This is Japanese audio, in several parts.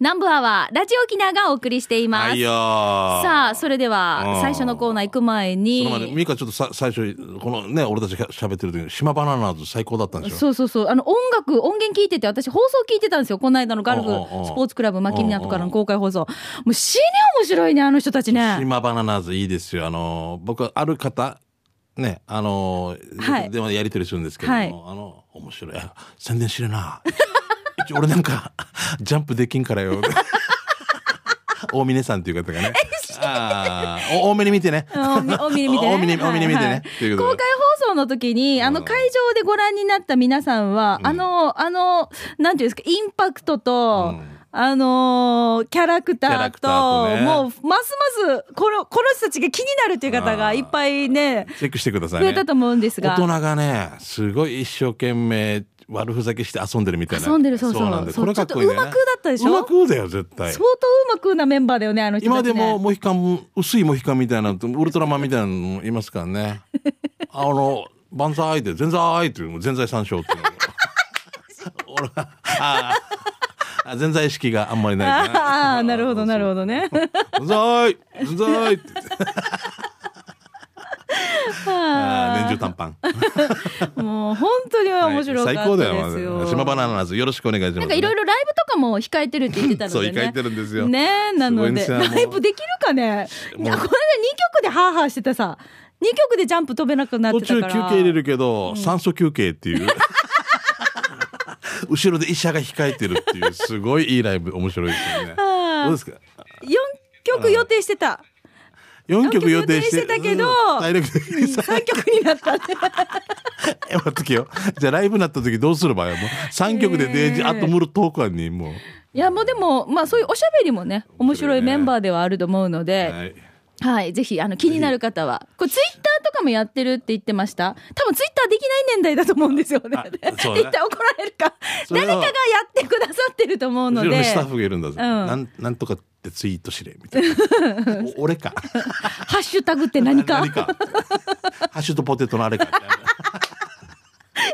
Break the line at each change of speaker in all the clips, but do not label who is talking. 南部アワー、ラジオ沖縄がお送りしています。
はいよー
さあ、それで
う
は
ん、
最初のコーナー行く前に
その。前にミカちょっとさ最初このね俺たちが喋ってる時に島バナナーズ最高だったんでしょ
そうそうそう。あの、音楽、音源聞いてて、私放送聞いてたんですよ。この間のガルフ
おうおうおう
スポーツクラブ、マキリナとからの公開放送。もう死に面白いね、あの人たちね。
島バナナーズいいですよあの僕はある方ねあの、
はい
電話でやり取りするんですけども、
はい
あの面白いあ宣伝しれな一応俺なんか ジャンプできんか らよ大峰さんっていう方がねああお多めに見てね
大峰見てね。
大峰大峰見てね
はいはい
という
公
こ
開放
とで
送の時に、あの会場でご覧になった皆さんは、あの、あの、なんていうんですか、インパクトと、あのーキャラクタ
キャラ
ー
ク
と、
ターとね
もう、ますます、この、この人たちが気になるという方
あ
が
ー
いっぱいね、
チェックしてください
増
ね
えたと思うんですが。
大人がねすごい一生懸命悪ふざけして遊んでるみたいな
遊んでるそうそう
なんで
そう
これかっこいいね
ちょっとうまくだったでしょ
うまくだよ絶対
相当うまくなメンバーだよね、あの人た
今
ち、ね。
でもモヒカン薄いモヒカンみたいなウルトラマンみたいなのもいますか らねあの「万歳」で「全財」っていうもう全財三 唱っていうの俺はああ全財意識があんまりないから
ああ、なるほど、なるほどね。
うざい、うざいって言って。 あー年中短パン。
もう、本当に面白か
は
っ
い最
た
高だ
で
よ
すよ。。
島バナナーズよろしくお願いします。
なんかいろいろライブとかも控えてるって言ってたので、ね。
そう控えてるんですよ
ねえ、なのです
ごいんで すよもう
ライブできるかね。いや、これで2曲でハーハーしてたさ。2曲でジャンプ飛べなくなって
途
たか
中
ら。
休憩入れるけど、酸素休憩っていう 後ろで医者が控えてるっていうすごいいいライブ面白いですよね
あー
どうですか
4曲予定してた。
4曲予定して
四曲予定してたけど
うん体力的にさ
3曲にな ったね。
え待っと けよじゃあライブになった時どうすればよもう3曲でデージ、
えー
あとムルトークアンにもう
いや、もうでも、まあそういうおしゃべりもね、面白いメンバーではあると思うので、
はい
はい、ぜひ、あの、気になる方は。これ、ツイッターとかもやってるって言ってました多分、ツイッターできない年代だと思うんですよね。
あ
って言
そうね
ったら怒られるか。
それ
誰
は
かがやってくださってると思うの
後ろ
で
に、スタッフがいるんだぞ、
うん
なんなんとかってツイートしれみたいな お俺か
ハッシュタグって何か
何かハッシュドポテトのあれか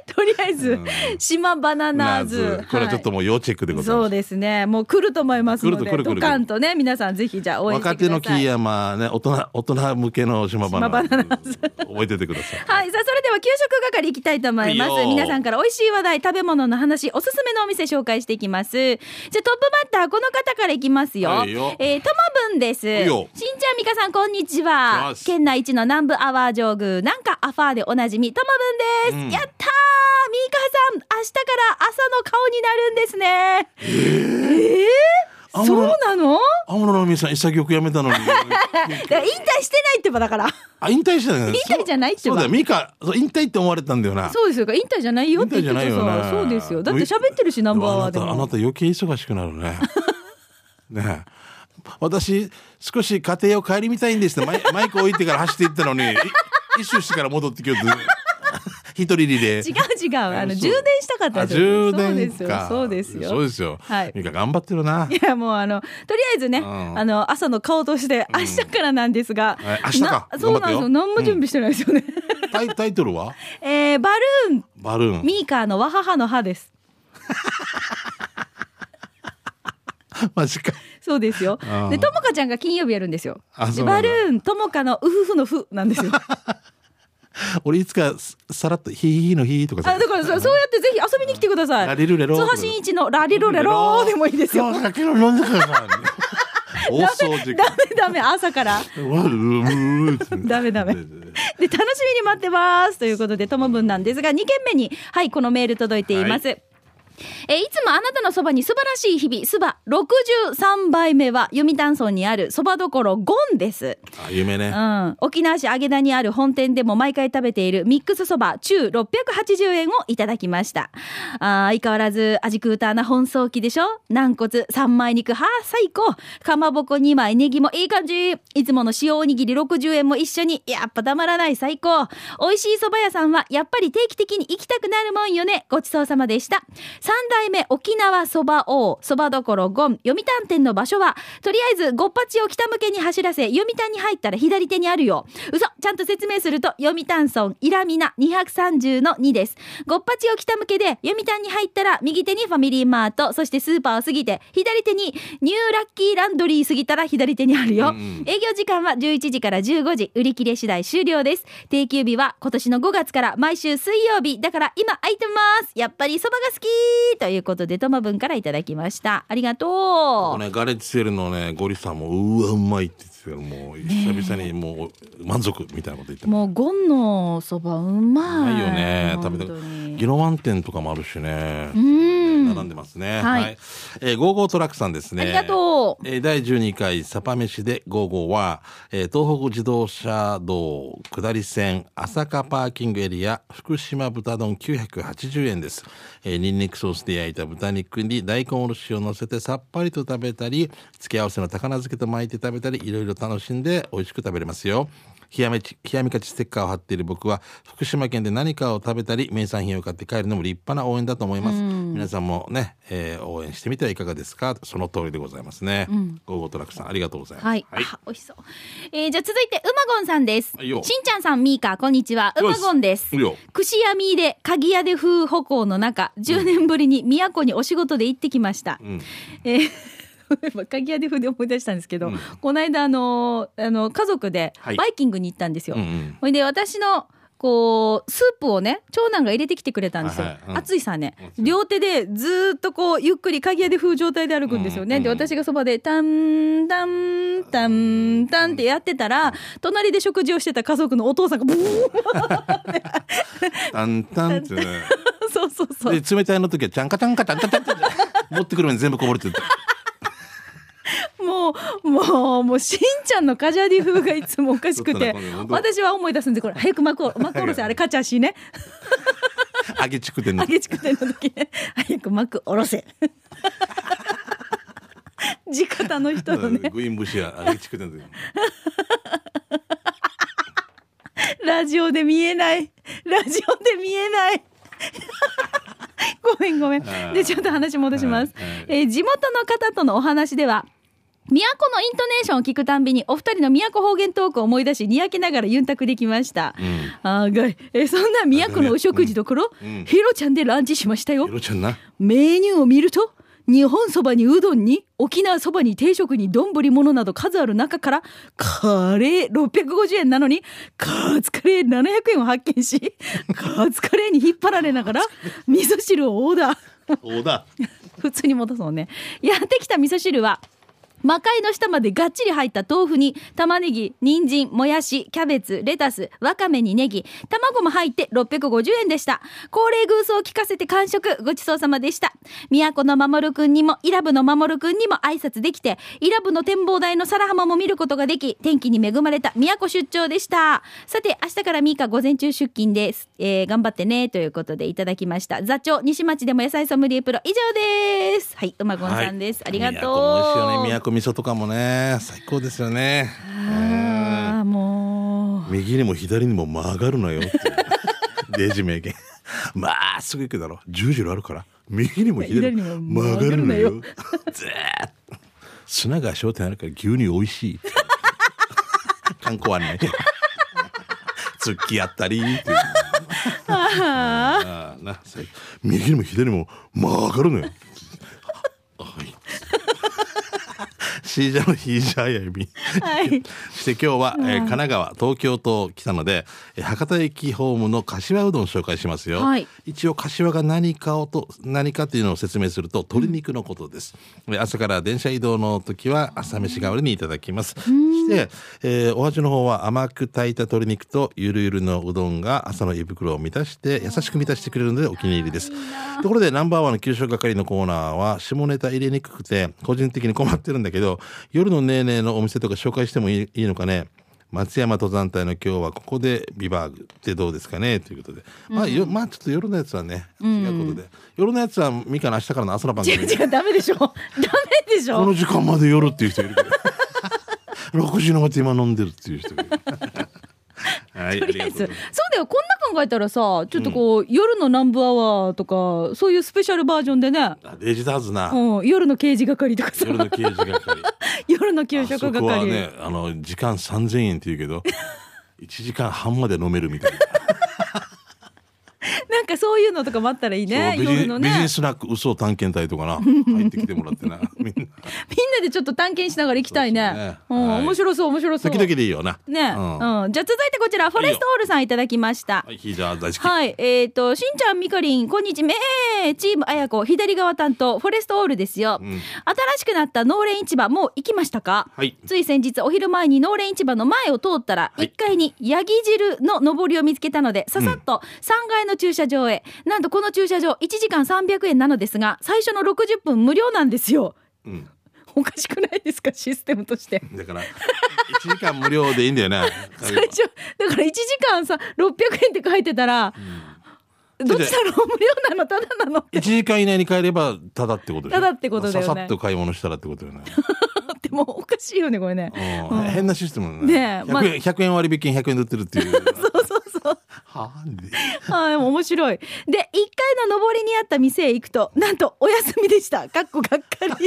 とりあえず、島バナナーズ。
これはちょっと
はい
もう要チェックでございます
そうですね。もう来ると思いますの
来る
で、
来る来る
ド
来る
カンとね、皆さんぜひじゃあ応援して
若
くだ
手
さい。
のキー山ね大人大人向けの島バナナ
島バナナ
覚えててください
はい。さあ、それでは給食係行きたいと思いま
いい
す。
よ
皆さんから美味しい話題、食べ物の話、おすすめのお店紹介していきます。じゃあ、トップバッター、この方からいきますよ。
はいよ
えー、ともぶんです。
いよ
しんちゃん、みかさん、こんにち
こん
は
にち。は
県内一の南部アワー上宮、なんかアファーでおなじみ、ともぶんです。やったーみかさん、明日から朝の顔になるんですね。えー、
あんま
そうなの
天野直美さん潔く辞め たのに
だから引退してないってばだから。
あ引退したね
引退じゃないってば
そうだよミカそう引退って思われたんだよな
そうですよ。引退じゃないよって言ってた
引退じゃないよ
さ。
ね
そうですよ。だって喋ってるし、ナンバーワーで
あな
も。
たあなた余計忙しくなる ねねえ私少し家庭を帰りみたいんですってマイマイク置いてから走っていったのにい一周してから戻ってきよ うと 一人リレー
違う違う。あの、
そう
充電したかった
あ
んですよ
充電か
そうですよ。
そ
そう
う
で
です
よ。
すよ、
はい
ミカ頑張ってる ない
や、もうあの、とりあえずね、
ん
あの、朝の顔として、明日からなんですが。
はい明日か
なそうなんですよ。
頑張ってよ
何も準備してないですよね。
タイタイトルは
えー、バルーン、
バルーン。
ミーカーのわははの歯です。
マジか。
そうですよ
あ。ー
で、ともかちゃんが金曜日やるんですよ
あ。
で
そうな
バ
んだ
ルーン、ともかのうふふのふなんですよ。
俺いつかささらっとヒーヒーのヒーとか
あだからそうそうやってぜひ遊びに来てください。
ラリルレロ
津波真一のラリルレローでもいいですよ。
そう酒飲んでくだ さい。大掃除
ダ。メダメ朝から。
わううう
ダメダ メ。で楽しみに待ってますということでともぶんなんですが2件目にはいこのメール届いています。えーいつもあなたのそばに素晴らしい日々、そば63杯目は読谷村にあるそばどころゴンです。
あ夢ね。
うん、沖縄市揚田にある本店でも毎回食べているミックスそば中680円をいただきましたあー相変わらず味クーターな本草機でしょ軟骨3枚肉はあ最高かまぼこ2枚ネギもいい感じいつもの塩おにぎり60円も一緒にやっぱたまらない最高美味しいそば屋さんはやっぱり定期的に行きたくなるもんよねごちそうさまでした三代目沖縄そば王、そばどころゴン、読谷店の場所は、とりあえずゴッパチを北向けに走らせ、読谷に入ったら左手にあるよ。嘘ちゃんと説明すると、読谷村、イラミナ230の2です。ゴッパチを北向けで、読谷に入ったら、右手にファミリーマート、そしてスーパーを過ぎて、左手にニューラッキーランドリー過ぎたら左手にあるよ。
うんうん
営業時間は11時から15時、売り切れ次第終了です。定休日は今年の5月から毎週水曜日、だから今空いてます。やっぱりそばが好きということで、とまぶんからいただきました。ありがと
こ
う。
れね、ガレッジセールのね、ゴリさんも、うわ、うまいって言ってたよもう、久々にもう、満足みたいなこと言ってた。
もうゴンのそばうまい。
ないよね、食べた
本当に
ギノワン店とかもあるしね
う。ん。
並んでますね。
はい
えー、ゴーゴートラックさんですね。
ありがとう。
えー第12回サパ飯で午後は、えー東北自動車道下り線朝霞パーキングエリア福島豚丼980円です、えーニンニクソースで焼いた豚肉に大根おろしを乗せてさっぱりと食べたり付け合わせの高菜漬けと巻いて食べたりいろいろ楽しんで美味しく食べれますよ冷やめち冷やみかちステッカーを貼っている僕は福島県で何かを食べたり名産品を買って帰るのも立派な応援だと思います、皆さんもね、えー応援してみてはいかがですかその通りでございますね、ゴーゴートラックさんありがとうございます
はい、あ美味しそう、えー、じゃあ続いてうまごんさんです
はいよ
しんちゃんさんみーかこんにちはうまごんです
いいよ
串闇で鍵屋で風歩行の中10年ぶりに宮古にお仕事で行ってきました、
ん
えー 鍵屋で風で思い出したんですけど、
うん
この間あのーあの家族で
はい
バイキングに行ったんですよ、
うんうん
ほいで私のこうスープをね長男が入れてきてくれたんですよ、
はいはいうん
暑いさね両手でずーっとこうゆっくり鍵屋で風状態で歩くんですよね、
うん
で
うん
私がそばで「タンタンタンタン」ってやってたら隣で食事をしてた家族のお父さんがブーン
タンタンってね
そうそうそう
で冷たいの時はちゃんかちゃんかちゃんかちゃんかって持ってくるのに全部こぼれてる
もう、もう、もう、しんちゃんのカジャディ風がいつもおかしく
ちょってとね本、当
私は思い出すんで、これ、早く幕を、幕下ろせ、あれ、カチャシね。
揚げちくてんの
あげちくての時 ね、早く幕下ろせ。地方の人のね、
グインブシや揚げちくてんの時
ラジオで見えない。ラジオで見え ない。ごめんごめん。で、ちょっと話戻します。
はいはい
えー地元の方とのお話では、都のイントネーションを聞くたんびに、お二人の都方言トークを思い出し、にやけながらユンタクできました。
ん
あーがい、えーそんな都のお食事どころ、
うんうん
ヒロちゃんでランチしましたよ
ひ。ろちゃんな
メニューを見ると、日本そばにうどんに、沖縄そばに定食に丼物など数ある中から、カレー650円なのに、カツカレー700円を発見し、カツカレーに引っ張られながら、味噌汁をオーダー。
オーダー
普通に戻すもんねやってきた味噌汁は魔界の下までがっちり入った豆腐に玉ねぎ人参もやしキャベツレタスわかめにネギ卵も入って650円でした恒例偶数を聞かせて完食ごちそうさまでした都の守くんにもイラブの守くんにも挨拶できてイラブの展望台の皿浜も見ることができ天気に恵まれた都出張でしたさて明日から3日午前中出勤です、えー頑張ってねということでいただきました座長西町でも野菜ソムリエプロ以上ですはいうまごんさんです、ありがとう
宮古も美味しいよね宮古味噌とかもね最高ですよね
あーもう
右にも左にも曲がるな よっていうデイジ名言まあすぐ行くだろ十字路あるから右にも左に
左にも
も
曲
曲が
が
る
る
な
なよ
よずーっと砂が焦点あるから牛乳美味しい観光案内突き合ったりっていうああなそう右にも左にも曲がるのよ。はい。シージャーのヒージャーやび。
はい
そして今日は、えー神奈川東京と来たので、えー博多駅ホームの柏うどん紹介しますよ、
はい
一応柏が何かをと何かというのを説明すると鶏肉のことです、えー朝から電車移動の時は朝飯代わりにいただきます、そして、えーお味の方は甘く炊いた鶏肉とゆるゆるのうどんが朝の胃袋を満たして優しく満たしてくれるのでお気に入りですところでナンバーワンの給食係のコーナーは下ネタ入れにくくて個人的に困ってるんだけど夜のねーねーのお店とか紹介してもいいいいのかね松山登山隊の今日はここでビバーグってどうですかねということで、まあよまあちょっと夜のやつはね違うことで、夜のやつはミカの明日からの朝の番
違う
組
違うダメで しょダメでし
こ
ょ
の時間まで夜っていう人いる け ど6時のまて今飲んでるっていう人がいるはい
とりあえず
ありがとうござい
そう
ます
だよこんなえたらさ、ちょっとこう、夜の南部アワーとか、そういうスペシャルバージョンでね、
あデジターズな。
うん、夜の刑事係とかさ、
夜の刑事 係。
夜の給食
あそこは
係。
ね、あの、時間3000円って言 うけど、1時間半まで飲めるみたいな。
なんかそういうのとかもあったらいい ね、
そうビジ
夜のね。み
ビジ
ん
ネ
な
ススナック嘘探検隊と かな。入ってきてもらってな。みんな。
でちょっと探検しながら行きたいね。
そうですね
うん、
はい
面白そう、面白そう。
時々でいいよな。
ね、
うん。
うん。じゃあ続いてこちら、フォレストオールさんいただきました。
はい、ヒージャー大好き。
はい、えっ、と、しんちゃん、みかりん、こんにちは。チームあやこ、左側担当、フォレストオールですよ。
ん
新しくなった農連市場、もう行きましたか
はい
つい先日、お昼前に農連市場の前を通ったら、
はい
1階にヤギ汁の上りを見つけたので、ささっと3階の駐車場へ。なんとこの駐車場、1時間300円なのですが、最初の60分無料なんですよ。
うん。
おかしくないですか、システムとして。
だから、1時間無料でいいんだよね。
最初、だから1時間さ、600円って書いてたら、どっちだろう、無料なの、ただなの。
1時間以内に帰れば、ただってことでしょ
ただってことだよね
ささっと買い物したらってことよね。
でもおかしいよねこれね。
うん変なシステムだ
ね
ね。
えまあ
100円、100円割引金100円で売ってるっていう。
そうそうそう。
はあ
はい、でも面白い。で、1階の上りにあった店へ行くと、なんとお休みでした。かっこがっかり。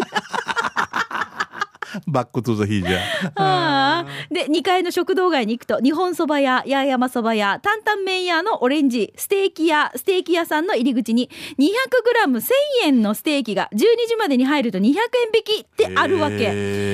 バックトゥザヒージャー。
ああで、2階の食堂街に行くと、日本そば屋、八重山そば屋、担々麺屋のオレンジ、ステーキ屋、ステーキ屋さんの入り口に、200グラム1000円のステーキが12時までに入ると200円引きってあるわけ。
へ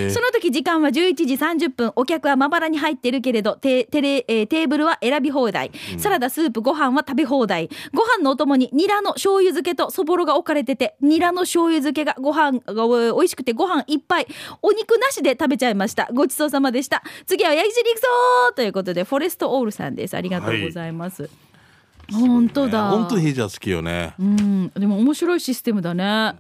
え
その時時間は11時30分お客はまばらに入ってるけれどテテレ、えーテーブルは選び放題サラダスープご飯は食べ放題ご飯のお供にニラの醤油漬けとそぼろが置かれててニラの醤油漬けがご飯がお美味しくてご飯いっぱいお肉なしで食べちゃいましたごちそうさまでした次は焼き汁行くぞーということでフォレストオールさんですありがとうございます、本当だ、
本当にヒージャー好きよね。
うんでも面白いシステムだね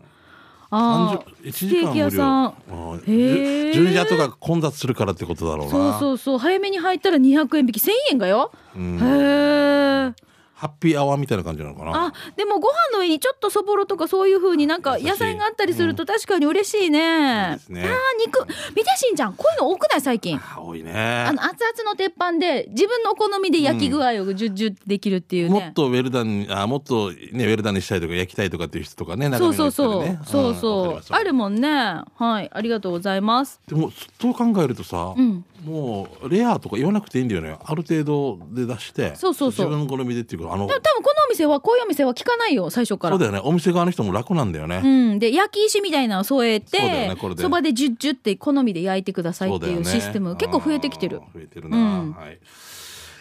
ああ
30 1
ステ
時間
ーキ屋さん
無料。
へえ
十二時とか混雑するからってことだろう
そう
な。
そうそう早めに入ったら200円引き1000円がよ、へえ
ハッピーアワーみたいな感じなのかな。
あでもご飯の上にちょっとそぼろとかそういう風になんか
優しい
野菜があったりすると確かに嬉しいね,、
いいですね
あー肉見てしんちゃんこういうの多くない最近
あ多い
あ
ね。
の熱々の鉄板で自分のお好みで焼き具合をジュッジュッできるっていう
も
ね
っ、とウェルダンにあもっとねウェルダンにしたいとか焼きたいとかっていう人とかね中
そ
身
う
が
そ
言
う
ってた
そ
り
う、
ね
そうん
わ
そ
か
う
りま
あるも
した
んねはいありがとうございます
でもそう考えるとさ、
ん
もうレアとか言わなくていいんだよねある程度で出して
そうそうそう
自分の好みでっていうかあの
でも多分このお店はこういうお店は聞かないよ最初から
そうだよねお店側の人も楽なんだよね、
うん、で焼き石みたいなのを添え
そうだよ
て
ねこれで
そば、でジュッジュッって好みで焼いてください
そ
っ
う
て
だよ
いう
ね
システム、結構増えてきてる
あー増えてるな、
うん
はい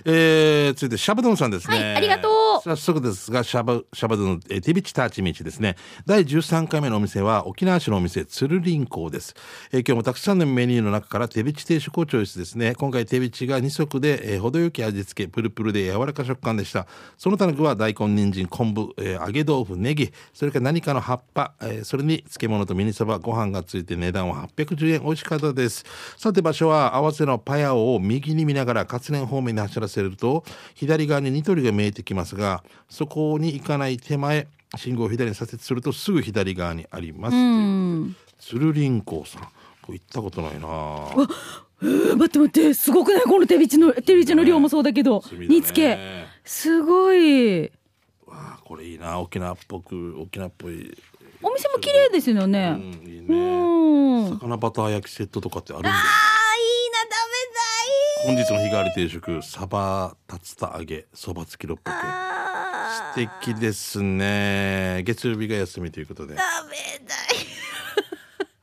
えー、続いてシャバドゥンさんですね、
はいありがとう
早速ですがシャバシャバドゥン、えー、ティビチターチミチですね第13回目のお店は沖縄市のお店つるりんこうです、えー今日もたくさんのメニューの中からテビチ定食をチョイスですね今回テビチが2足で、えー程よき味付けプルプルで柔らか食感でしたその他の具は大根人参昆布、えー揚げ豆腐ネギそれから何かの葉っぱ、えーそれに漬物とミニそばご飯がついて値段は810円美味しかったですさて場所は合わせのパヤオを右に見ながら勝連方面に走らせると左側にニトリが見えてきますがそこに行かない手前信号を左に左折するとすぐ左側にあります
うん、
つるりんこうさんこれ行ったことないなあ
えー待って待ってすごくないこの手びちの手びちの量もそうだけど
炭だね
煮つけすごい
わあこれいいな沖縄っぽく沖縄っぽい、
お店も綺麗ですよ
う
ね
ん、いいうね
ん、あーいいな食
魚バター焼きセットとかってあるんだ
べたい
本日の日替わり定食サバ竜田揚げそば付き600円
あ
素敵ですね月曜日が休みということで
ー食べたい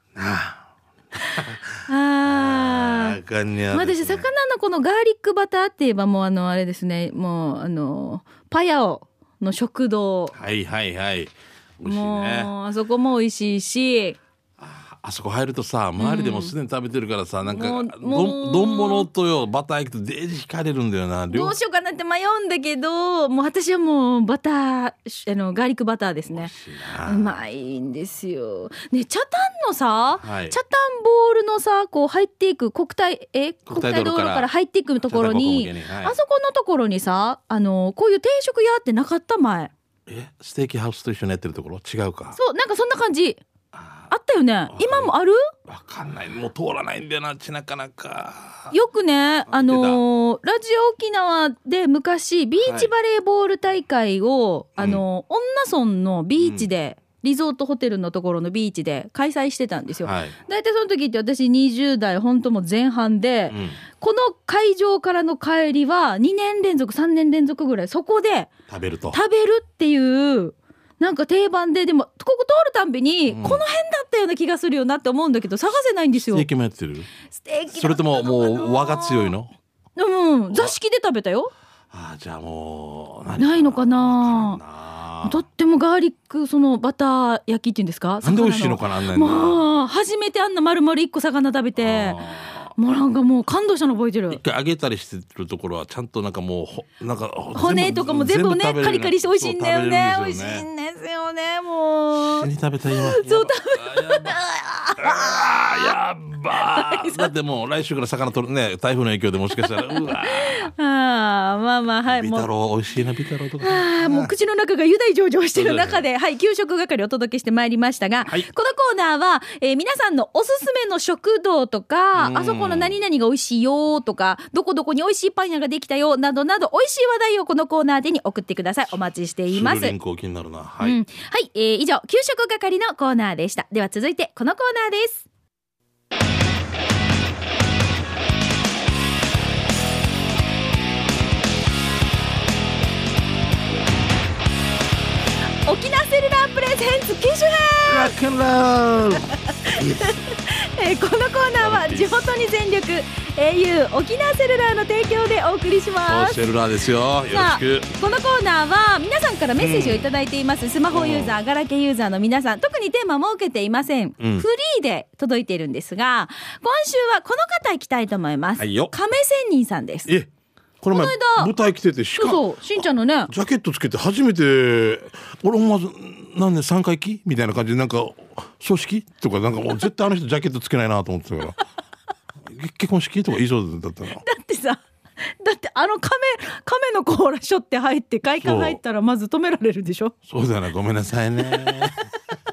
あー
あかんねや
まあ、
で
私
すね
魚のこのガーリックバターって言えばもうあのあれですねもうあのパヤオの食堂
はいはいはい美味しいね
もうあそこも美味しいし
あそこ入るとさ周りでもうすでに食べてるからさ、なんか
もう
ど
もうん
丼物とよバター焼きとデージ惹かれるんだよな
どうしようかなって迷うんだけどもう私はもうバターしあのガーリックバターですね
しいうな
まいんですよねチャタンのさ、
はい
チャタンボールのさこう入っていく国体え国
国体
体道
道
路
路から
から入っていくところに
北田五湖向けにはい
あそこのところにさあのこういう定食屋ってなかった前
えステーキハウスと一緒にやってるところ違うか
そうなんかそんな感じ
あ
あったよね今もある
わかんないもう通らないんだよなちなかなか
よくね、
た
あのーラジオ沖縄で昔、ビーチバレーボール大会を、
はい
あのー恩納村のビーチで、リゾートホテルのところのビーチで開催してたんですよ。
はい、
大体その時って私20代本当もう前半で、
うん、
この会場からの帰りは2年連続3年連続ぐらいそこで
食べると
食べるっていうなんか定番ででもここ通るたんびに、
うん
この辺だったような気がするよなって思うんだけど探せないんです
ス
よ
テー。キもやってる
ステーキだった
それともも
のか
う
な
和が強いの
うん、座敷で食べたよ。
あーじゃあもう何
ないのかな
わかんな
とってもガーリック、そのバター焼きっていうんですか
なんで美味しいのかなあんなにあ
まあ、初めてあんな丸々一個魚食べて、
ー
もうなんかもう感動したの覚えて
一
る。
回揚げたりしてるところはちゃんとなんかもうほなんかほ
骨とかも全部ね、カリカリして美味しいんだよね。美味しい
ね
んですよね、も
一緒
う。
に食べたい 今そう食べたいや ばーだってもう来週から魚取るね台風の影響でもしかしたらうわ
ああ、まあまあ、はい、
ビ
も
タ
う。
ロー美味しいなビタローとか
ああ、もう口の中が油大上々してる中で、はい、給食係をお届けしてまいりましたが、
はい
このコーナーは、えー皆さんのおすすめの食堂とか、
うん
あそこの何々が美味しいよとか、どこどこに美味しいパン屋ができたよなどなど、美味しい話題をこのコーナーでに送ってください。お待ちしています。
すぐリン
は
クを気になるなはい、
うんい、えー以上、給食係のコーナーでした。では続いて、このコーナーです。沖縄セルラープレゼンツ機種編
ラックンロール
えーこのコーナーは地元に全力 au 沖縄セルラーの提供でお送りしま
そう
す
シェルラーですよよろしく
このコーナーは皆さんからメッセージをいただいています、スマホユーザーガラケーユーザーの皆さん特にテーマ設けていません、
うん
フリーで届いているんですが今週はこの方行きたいと思います、
はいよ
亀仙人さんです
えこの前
この間
舞台来ててし
そ
か
うそうしんちゃんのね
ジャケットつけて初めて俺思わずなんで三回忌みたいな感じでなんか葬式とかなんかもう絶対あの人ジャケットつけないなと思ってたから 結結婚式とか言いそうだったの
だってさだってあの亀亀の甲羅しょって入って外観入ったらまず止められるでしょ
そうだよなごめんなさいね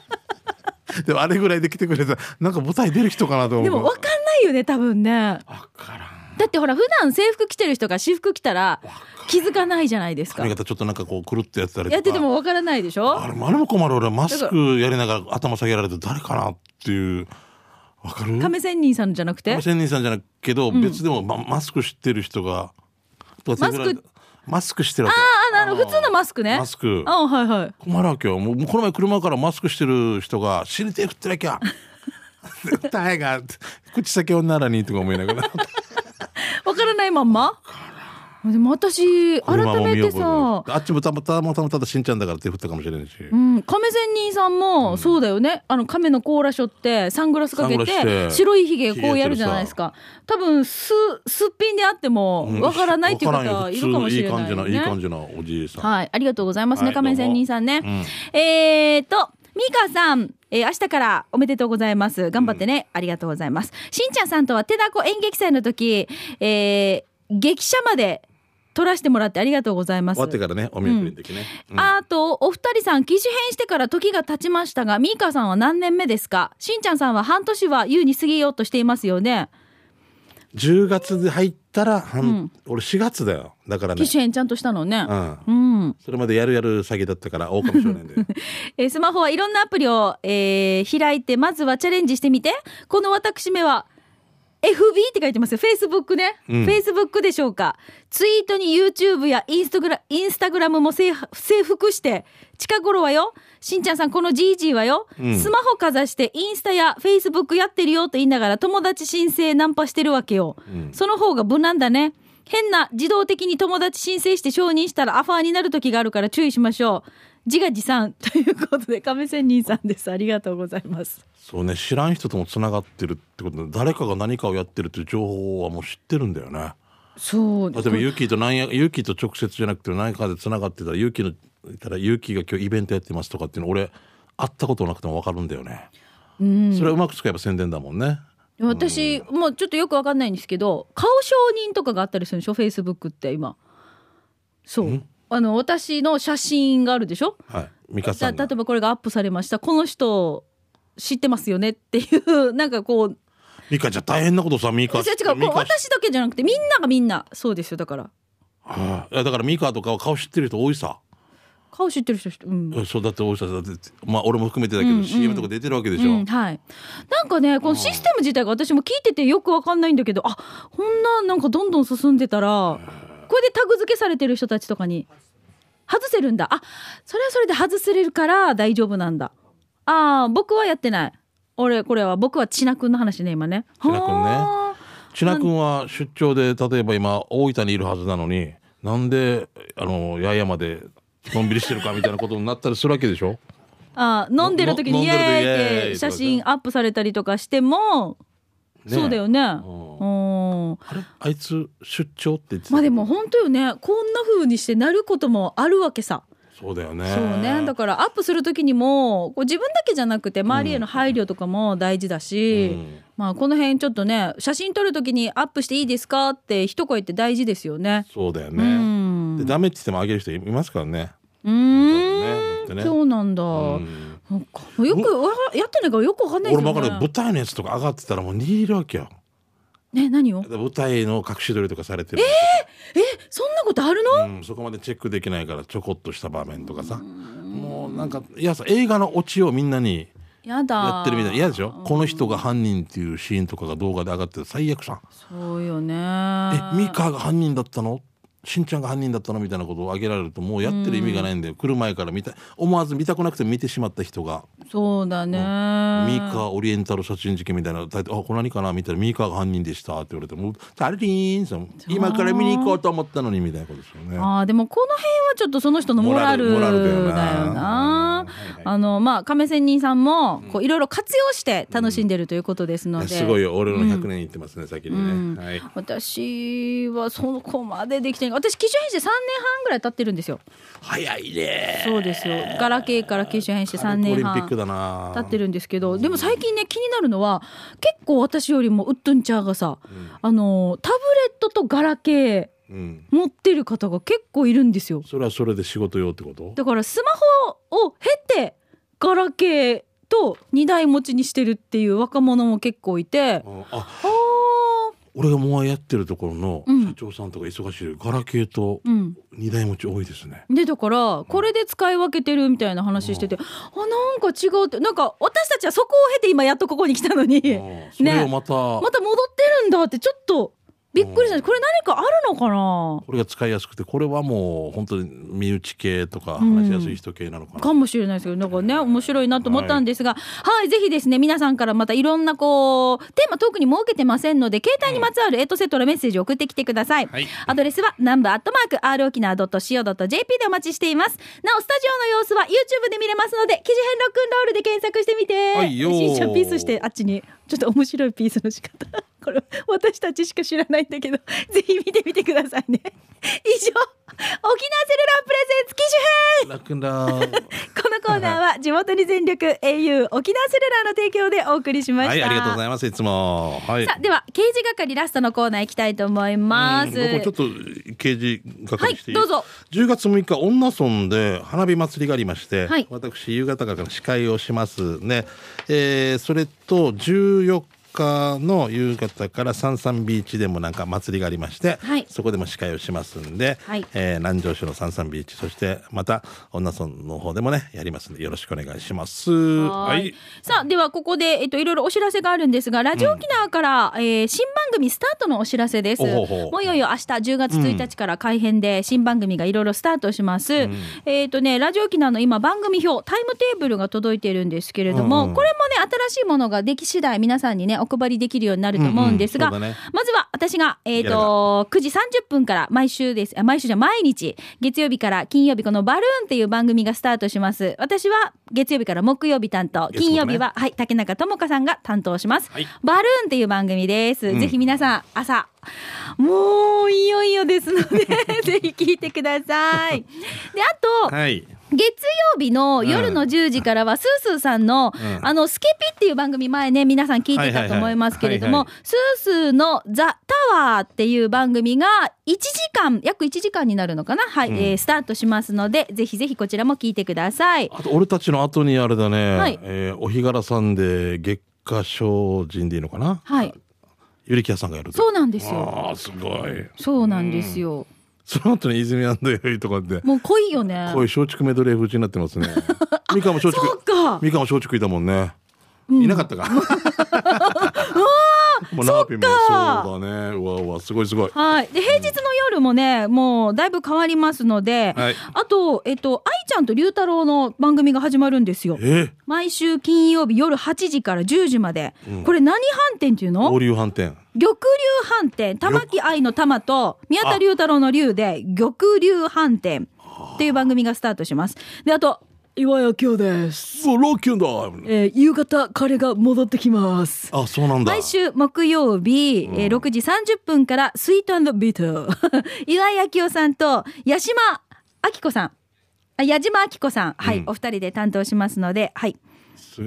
でもあれぐらいで来てくれたらなんか舞台出る人かなと思う
でも分かんないよね多分ね
わからん
だってほら普段制服着てる人が私服着たら気づかないじゃないですか
髪型ちょっとなんかこうくるってやってたりとか
やってても分からないでしょ
あれもあれも困る俺マスクやりながら頭下げられて誰かなっていうわかる
亀仙人さんじゃなくて
まあ仙人さんじゃないけど、別でも、ま、マスクしてる人が
マスク
マスクしてるわけ
ああなるほど普通のマスクね
マスク
あはいはい
困るわけよもうもうこの前車からマスクしてる人が死に手振ってなきゃ絶対が口先女らにとか思いながら
わからないまんまでも私改
車も
め
見
て
送る
さ
あっちもたまたまたまただしんちゃんだから手振ったかもしれないし、
うん、亀仙人さんもそうだよね、あの亀の甲羅しょってサングラスかけ
サングラスしてて
白いひげこうやるじゃないですか多分すすっぴんであっても
うん
わからないっていう
わからん
方
よ
いるかもしれ
普
ない
通
よ
のいい感じな、いい感
ね
じなおじいさん、
はいありがとうございますね、
はい
亀仙人さんね、
うん
えーとミカさん、えー明日からおめでとうございます。頑張ってね。ありがとうございます。しんちゃんさんとは手だこ演劇祭の時、えー劇者まで撮らせてもらってありがとうございます
終わ。ってからねお見送りの時ね、うん
あと、お二人さん、機種変してから時が経ちましたが、ミーカーさんは何年目ですかしんちゃんさんは半年は優に過ぎようとしていますよね。
10月で入ったら、半
うん
俺4月だよだからね
機種変ちゃんとしたのね。
うん
うん。
それまでやるやる詐欺だったから狼少年で
えースマホはいろんなアプリを、えー開いて、まずはチャレンジしてみて。この私めは、FB って書いてますよ。Facebook ね。
うん
Facebook でしょうか。ツイートに YouTube やインスタグラインスタグラムも制制服して、近頃はよ、しんちゃんさんこのじいじいはよ、
うん
スマホかざしてインスタや Facebook やってるよと言いながら友達申請ナンパしてるわけよ。
うん
その方が無難だね。変な自動的に友達申請して承認したらアファーになる時があるから注意しましょう。自画自賛ということで亀仙人さんです。ありがとうございます。
そうね知らん人ともつながってるってことで誰かが何かをやってるっていう情報はもう知ってるんだよね
そう。
例えばユーキーとなんやユーキーと直接じゃなくて何かでつながってたらユーキーのいたらユーキーが今日イベントやってますとかっていうの俺会ったことなくても分かるんだよね、それをうまく使えば宣伝だもんね
私、もうちょっとよくわかんないんですけど顔承認とかがあったりするんでしょフェイスブックって今そうあの私の写真があるでしょ
はい美香
じゃ
さ
あ
ん
例
が
えばこれがアップされましたこの人知ってますよねっていう なんかこう
ミカちゃん大変なことさ、ミカ。
違う違う
ミ
もう
カ
私だけじゃなくてみんながみんなそうですよだから
はいいやだからミカとかは顔知ってる人多いさ。
顔知ってる人、うん
うんそうだって大下さんだって、まあ俺も含めてだけ
うんうん
ど CM とか出てるわけでし
う
ょ
ん、。はいなんかねこのシステム自体が私も聞いててよくわかんないんだけどあこんななんかどんどん進んでたらこれでタグ付けされてる人たちとかに外せるんだあそれはそれで外せれるから大丈夫なんだああ僕はやってない俺これは僕は千奈君の話ね今ね
千奈君ね
は
千奈君は出張で例えば今大分にいるはずなのになんであの八重山でのんびりしてるかみたいなことになったりするわけでしょ
ああ飲んでる時に「
飲ん
イエ
でる時
ー
に
イ!」っ
イエーイ
て
とか
写
ね
真アップされたりとかしても、
ね
そうだよね。
ん
うん
あれあいつ出張って言ってた
まあでも本当よねこんな風にしてなることもあるわけさ。
そうだよね
そうねだからアップする時にもこう自分だけじゃなくて周りへの配慮とかも大事だし、
うん
まあこの辺ちょっとね写真撮る時にアップしていいですかって一声って大事ですよね。
そうだよ
う
ね
ん
でダメって言ってもあげる人いますからね
うー
だって
ん、
ね
そうなんだ。
うん
なんかもうよくわやってないからよくわかんないで
俺
す
も
よ
分かる
ね
舞。台のやつとか上がってたらもう握るわけよ
ね何を
だ？から舞台の隠し撮りとかされてる、
えそんなことあるの？
うん、そこまでチェックできないからちょこっとした場面とかさもうなんかいやさ映画のオチをみんなに
やだ。
やってるみたいな嫌でしょこの人が犯人っていうシーンとかが動画で上がってて最悪さ
そうよね。
「えミカが犯人だったの?」しんちゃんが犯人だったのみたいなことを挙げられるともうやってる意味がないんだよ来る前から見た思わず見たくなくて見てしまった人が
そうだね。
「ミカオリエンタル殺人事件」みたいなタイトル「あこれ何かな?」みたいな「ミカが犯人でした」って言われてもう「タレリーンさん今から見に行こうと思ったのに」みたいなことですよね。
ああでもこの辺はちょっとその人のモラル
モラル
だ
だ
よ
よ
な
な
あのまあ亀仙人さんもこういろいろ活用して楽しんでるということですので、
すごいよ俺の100年いってますね、先にね、はい、
私はそこまでできてない私機種編集3年半ぐらい経ってるんですよ
早いね
そうですよガラケーから機種編集3
オ
年
リンピッ
半
クだな
経ってるんですけどでも最近ね気になるのは結構私よりもウッドンチャーがさ、あのタブレットとガラケー
うん
持ってる方が結構いるんですよ
それはそれで仕事用ってこと
だからスマホを経てガラケーと二台持ちにしてるっていう若者も結構いて
ああ
あ
俺がモアやってるところの
うん
社長さんとか忙しい、ガラケーと
ーうん
二台持ち多いですね
でだからこれで使い分けてるみたいな話してて、あなんか違うってなんか私たちはそこを経て今やっとここに来たのに
あそれをまた、
また戻ってるんだってちょっとびっくりしたこれ何かあるのかな
これが使いやすくてこれはもう本当に身内系とか話しやすい人系なのかな、
かもしれないですけどなんかね面白いなと思ったんですがはい、ぜひですね皆さんからまたいろんなこうテーマ特に設けてませんので携帯にまつわるエトセトラメッセージを送ってきてください、
はい
アドレスは南部アットマーク r 沖縄 .co.jp でお待ちしていますなおスタジオの様子は YouTube で見れますので記事編ロックンロールで検索してみて、
はいよー
しんちゃんピースしてあっちにちょっと面白いピースの仕方 これ私たちしか知らないんだけどぜひ見てみてくださいね以上沖縄セルラープレゼンツ機種編
楽 な
このコーナーは地元に全力 au 沖縄セルラーの提供でお送りしました。
はいありがとうございますいつもはい
さあでは刑事係ラストのコーナー行きたいと思います。
うん僕もちょっと刑事係していい、
はいどうぞ
10月6日女村で花火祭りがありまして、
はい
私夕方から司会をしますね、えーそれと14日の夕方からサンサンビーチでもなんか祭りがありまして、
はい
そこでも司会をしますんで、
はい
えー南城市のサンサンビーチそしてまた女村の方でもねやりますんでよろしくお願いします
はーいさあではここで、えっと、いろいろお知らせがあるんですがラジオ沖縄から、えー新番組スタートのお知らせです
おほほ
もういよいよ明日10月1日から改編で新番組がいろいろスタートします、えっとねラジオ沖縄の今番組表タイムテーブルが届いているんですけれども、
うんうん
これもね新しいものができ次第皆さんにねお配りできるようになると思うんですが、
うんうんそうだね
まずは私が、えっ、と、9時30分から毎週です。あ毎週じゃない毎日、月曜日から金曜日、このバルーンっていう番組がスタートします。私は月曜日から木曜日担当、
月木ね
金曜日は、はい、竹中智香さんが担当します。
はい
バルーンっていう番組です。ぜひ皆さん、朝、 もういよいよですので、ぜひ聞いてください。で、あと、
はい
月曜日の夜の10時からは、スースーさんの、
うん
あの、スケピっていう番組前ね、皆さん聞いてたと思いますけれども、
はいはい
スースーのザ・タワーっていう番組が、1時間、約1時間になるのかなはい、えースタートしますので、ぜひぜひこちらも聞いてください。
あと俺たちの後にあれだね、
はい
えーお日柄さんで月下精進でいいのかな
はい。
ゆりきやさんがやる
そう
う
なんですよ。
ああすごい
そうなんですよ。
その後に泉アンドエイとかって
もう濃いよね。
こういう松竹メドレー風になって ますねミカも松竹
そうか
ミカも松竹いたもんねいなかっ たかもうラーピンもそうだねうわうわすごいすごい
はい。で、平日の夜もね、もうだいぶ変わりますので、
はい
あと、えっと、愛ちゃんと龍太郎の番組が始まるんですよ。
えー、
毎週金曜日夜8時から10時まで、これ何飯店っていうの
合
玉
流反転
流飯店玉木愛の玉と宮田龍太郎の龍で玉流飯店っていう番組がスタートしますであと岩屋京です、
そうロッキュンだ
えー夕方彼が戻ってきます
あそうなんだ
毎週木曜日、えー6時30分からスイートビート 岩井明夫さんと八島明子さんあ矢島明子さん、はい、お二人で担当しますので、はい、
す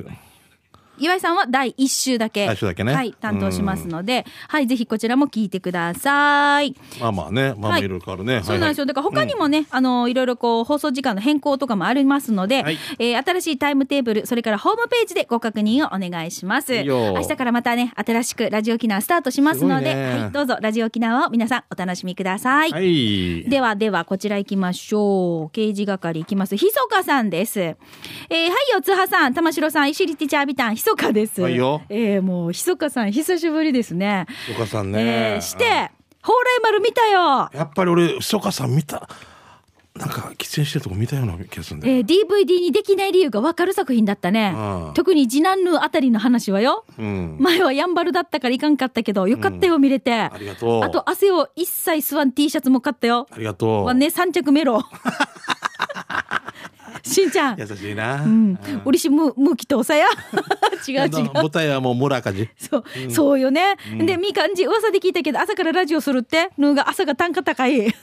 岩井さんは第一週だけ。
第一週だけね
はい、担当しますので、はい、ぜひこちらも聞いてください。
まあまあねまあまあいろいろ変わるね、はいはい
そうなんですよ。だから他にもね、あの、いろいろこう、放送時間の変更とかもありますので、
はい
えー新しいタイムテーブル、それからホームページでご確認をお願いします。
いいよ
明日からまたね、新しくラジオ沖縄スタートしますのです
ごいね
はい、どうぞラジオ沖縄を皆さんお楽しみください。
はい
ではでは、こちら行きましょう。刑事係行きます。ひそかさんです。えー、はいよ、つはさん、玉城さん、石リティチャービタン、ひそかです。
はいよ
えー、もう、ひそかさん、久しぶりですね。
ひそかさん
え
ね、
ー、して、蓬莱丸見たよ
やっぱり俺ひそかさん見たなんか喫煙してるとこ見たような気がするんだよ、
えー、DVD にできない理由がわかる作品だったね
うん。
特に次男のあたりの話はよ。
うん
前はやんばるだったからいかんかったけど、よかったよ、見れて。
ありがとう
あと、汗を一切吸わん T シャツも買ったよ。
ありがとう、
はね、三着メ ロ。しんちゃん
優。しいな、
うん、折しむ、むきとさ や。違う違う。
舞台はもう村かじ
そう、そうよね。で、みかんじ、噂で聞いたけど、朝からラジオするって、のが朝が単価高い。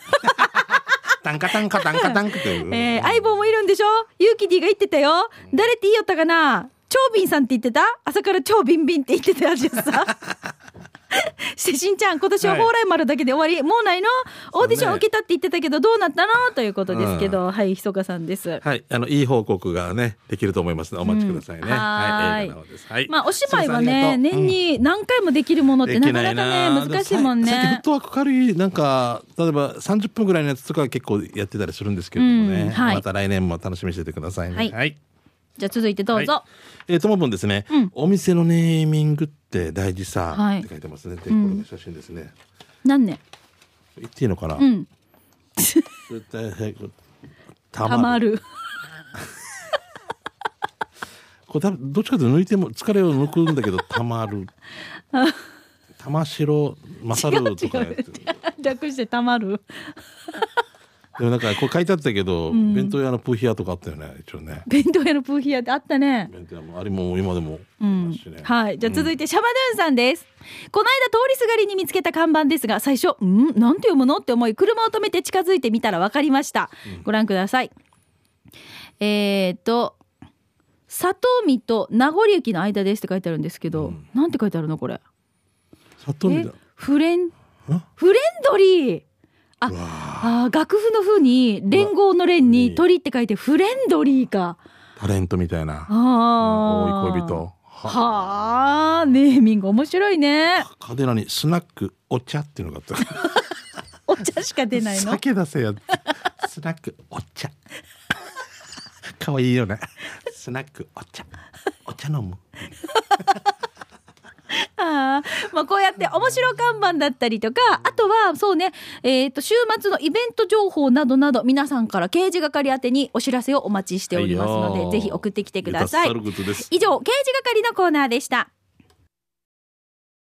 タンカタンカタンカタンカって、
えー、相棒もいるんでしょユーキディが言ってたよ。誰って言いよったかな超ビンさんって言ってた朝から超ビンビンって言ってたやつでさ。 してしんちゃん、今年は
はい
蓬莱丸だけで終わり、もうないのオーディション
そうね
受けたって言ってたけど、どうなったのということですけど、はい、ひそかさんです。
はいあのいい報告がねできると思いますのでお待ちくださいね、
うん
はい
はーい
映画の方ですはい
まあ、お芝居は
すいませんあ
ね、
りがとう
年に何回もできるものって
で
な
き
か
な
ないか
な
ね、難しいもん
でさ最近フ
ね
ッ。トワーク軽いなんか例えば30分ぐらいのやつとかは結構やってたりするんですけれどもね、
うんはい
また来年も楽しみにしててくださいね
はい
はい
じゃあ続いてどうぞ。
はいえー、ともぶんですね、
うん
お店のネーミングって大事さ、
はい
って書いてますね。で、これの写真ですね。
何年
言っていいのかな。
うん。
絶対はいこれた
たま
る。
る。
これ多分どっちかというと抜いても疲れを抜くんだけどたま る。玉城勝るとかやってる。
略してたまる。
でもなんかこれ書いてあったけど、弁当屋のプーヒアとかあったよね一応ね。
弁当屋のプーヒアってあったね。
弁当屋もあれも今でもあ
う
り
ん
ますしね。
はい。じゃあ続いて、シャバドゥンさんです。この間通りすがりに見つけた看板ですが、最初、んなんて読むのって思い、車を止めて近づいてみたら分かりました。ご覧ください。えーっと、里見と名残駅の間ですって書いてあるんですけど、
うん
なんて書いてあるのこれ。
砂糖み
え
たいな。
フレン、
ん
フレンドリーあ
うわあ
あー楽譜の譜に連合の連に鳥って書いてフレンドリーか。
タレントみたいな。
ああ。
多い恋人。は
はあ、ネーミング面白い ね。
カデラにスナックお茶っていうのがあった。
お茶しか出ないの。
酒出せやスナックお 茶可愛いよねスナックお茶お茶飲む
あーまあ、こうやって面白看板だったりとか、あとは、そうね、えっ、と、週末のイベント情報などなど、皆さんから刑事係宛てにお知らせをお待ちしておりますので、ぜひ送ってきてください。
ルグッズです
以上、刑事係のコーナーでした。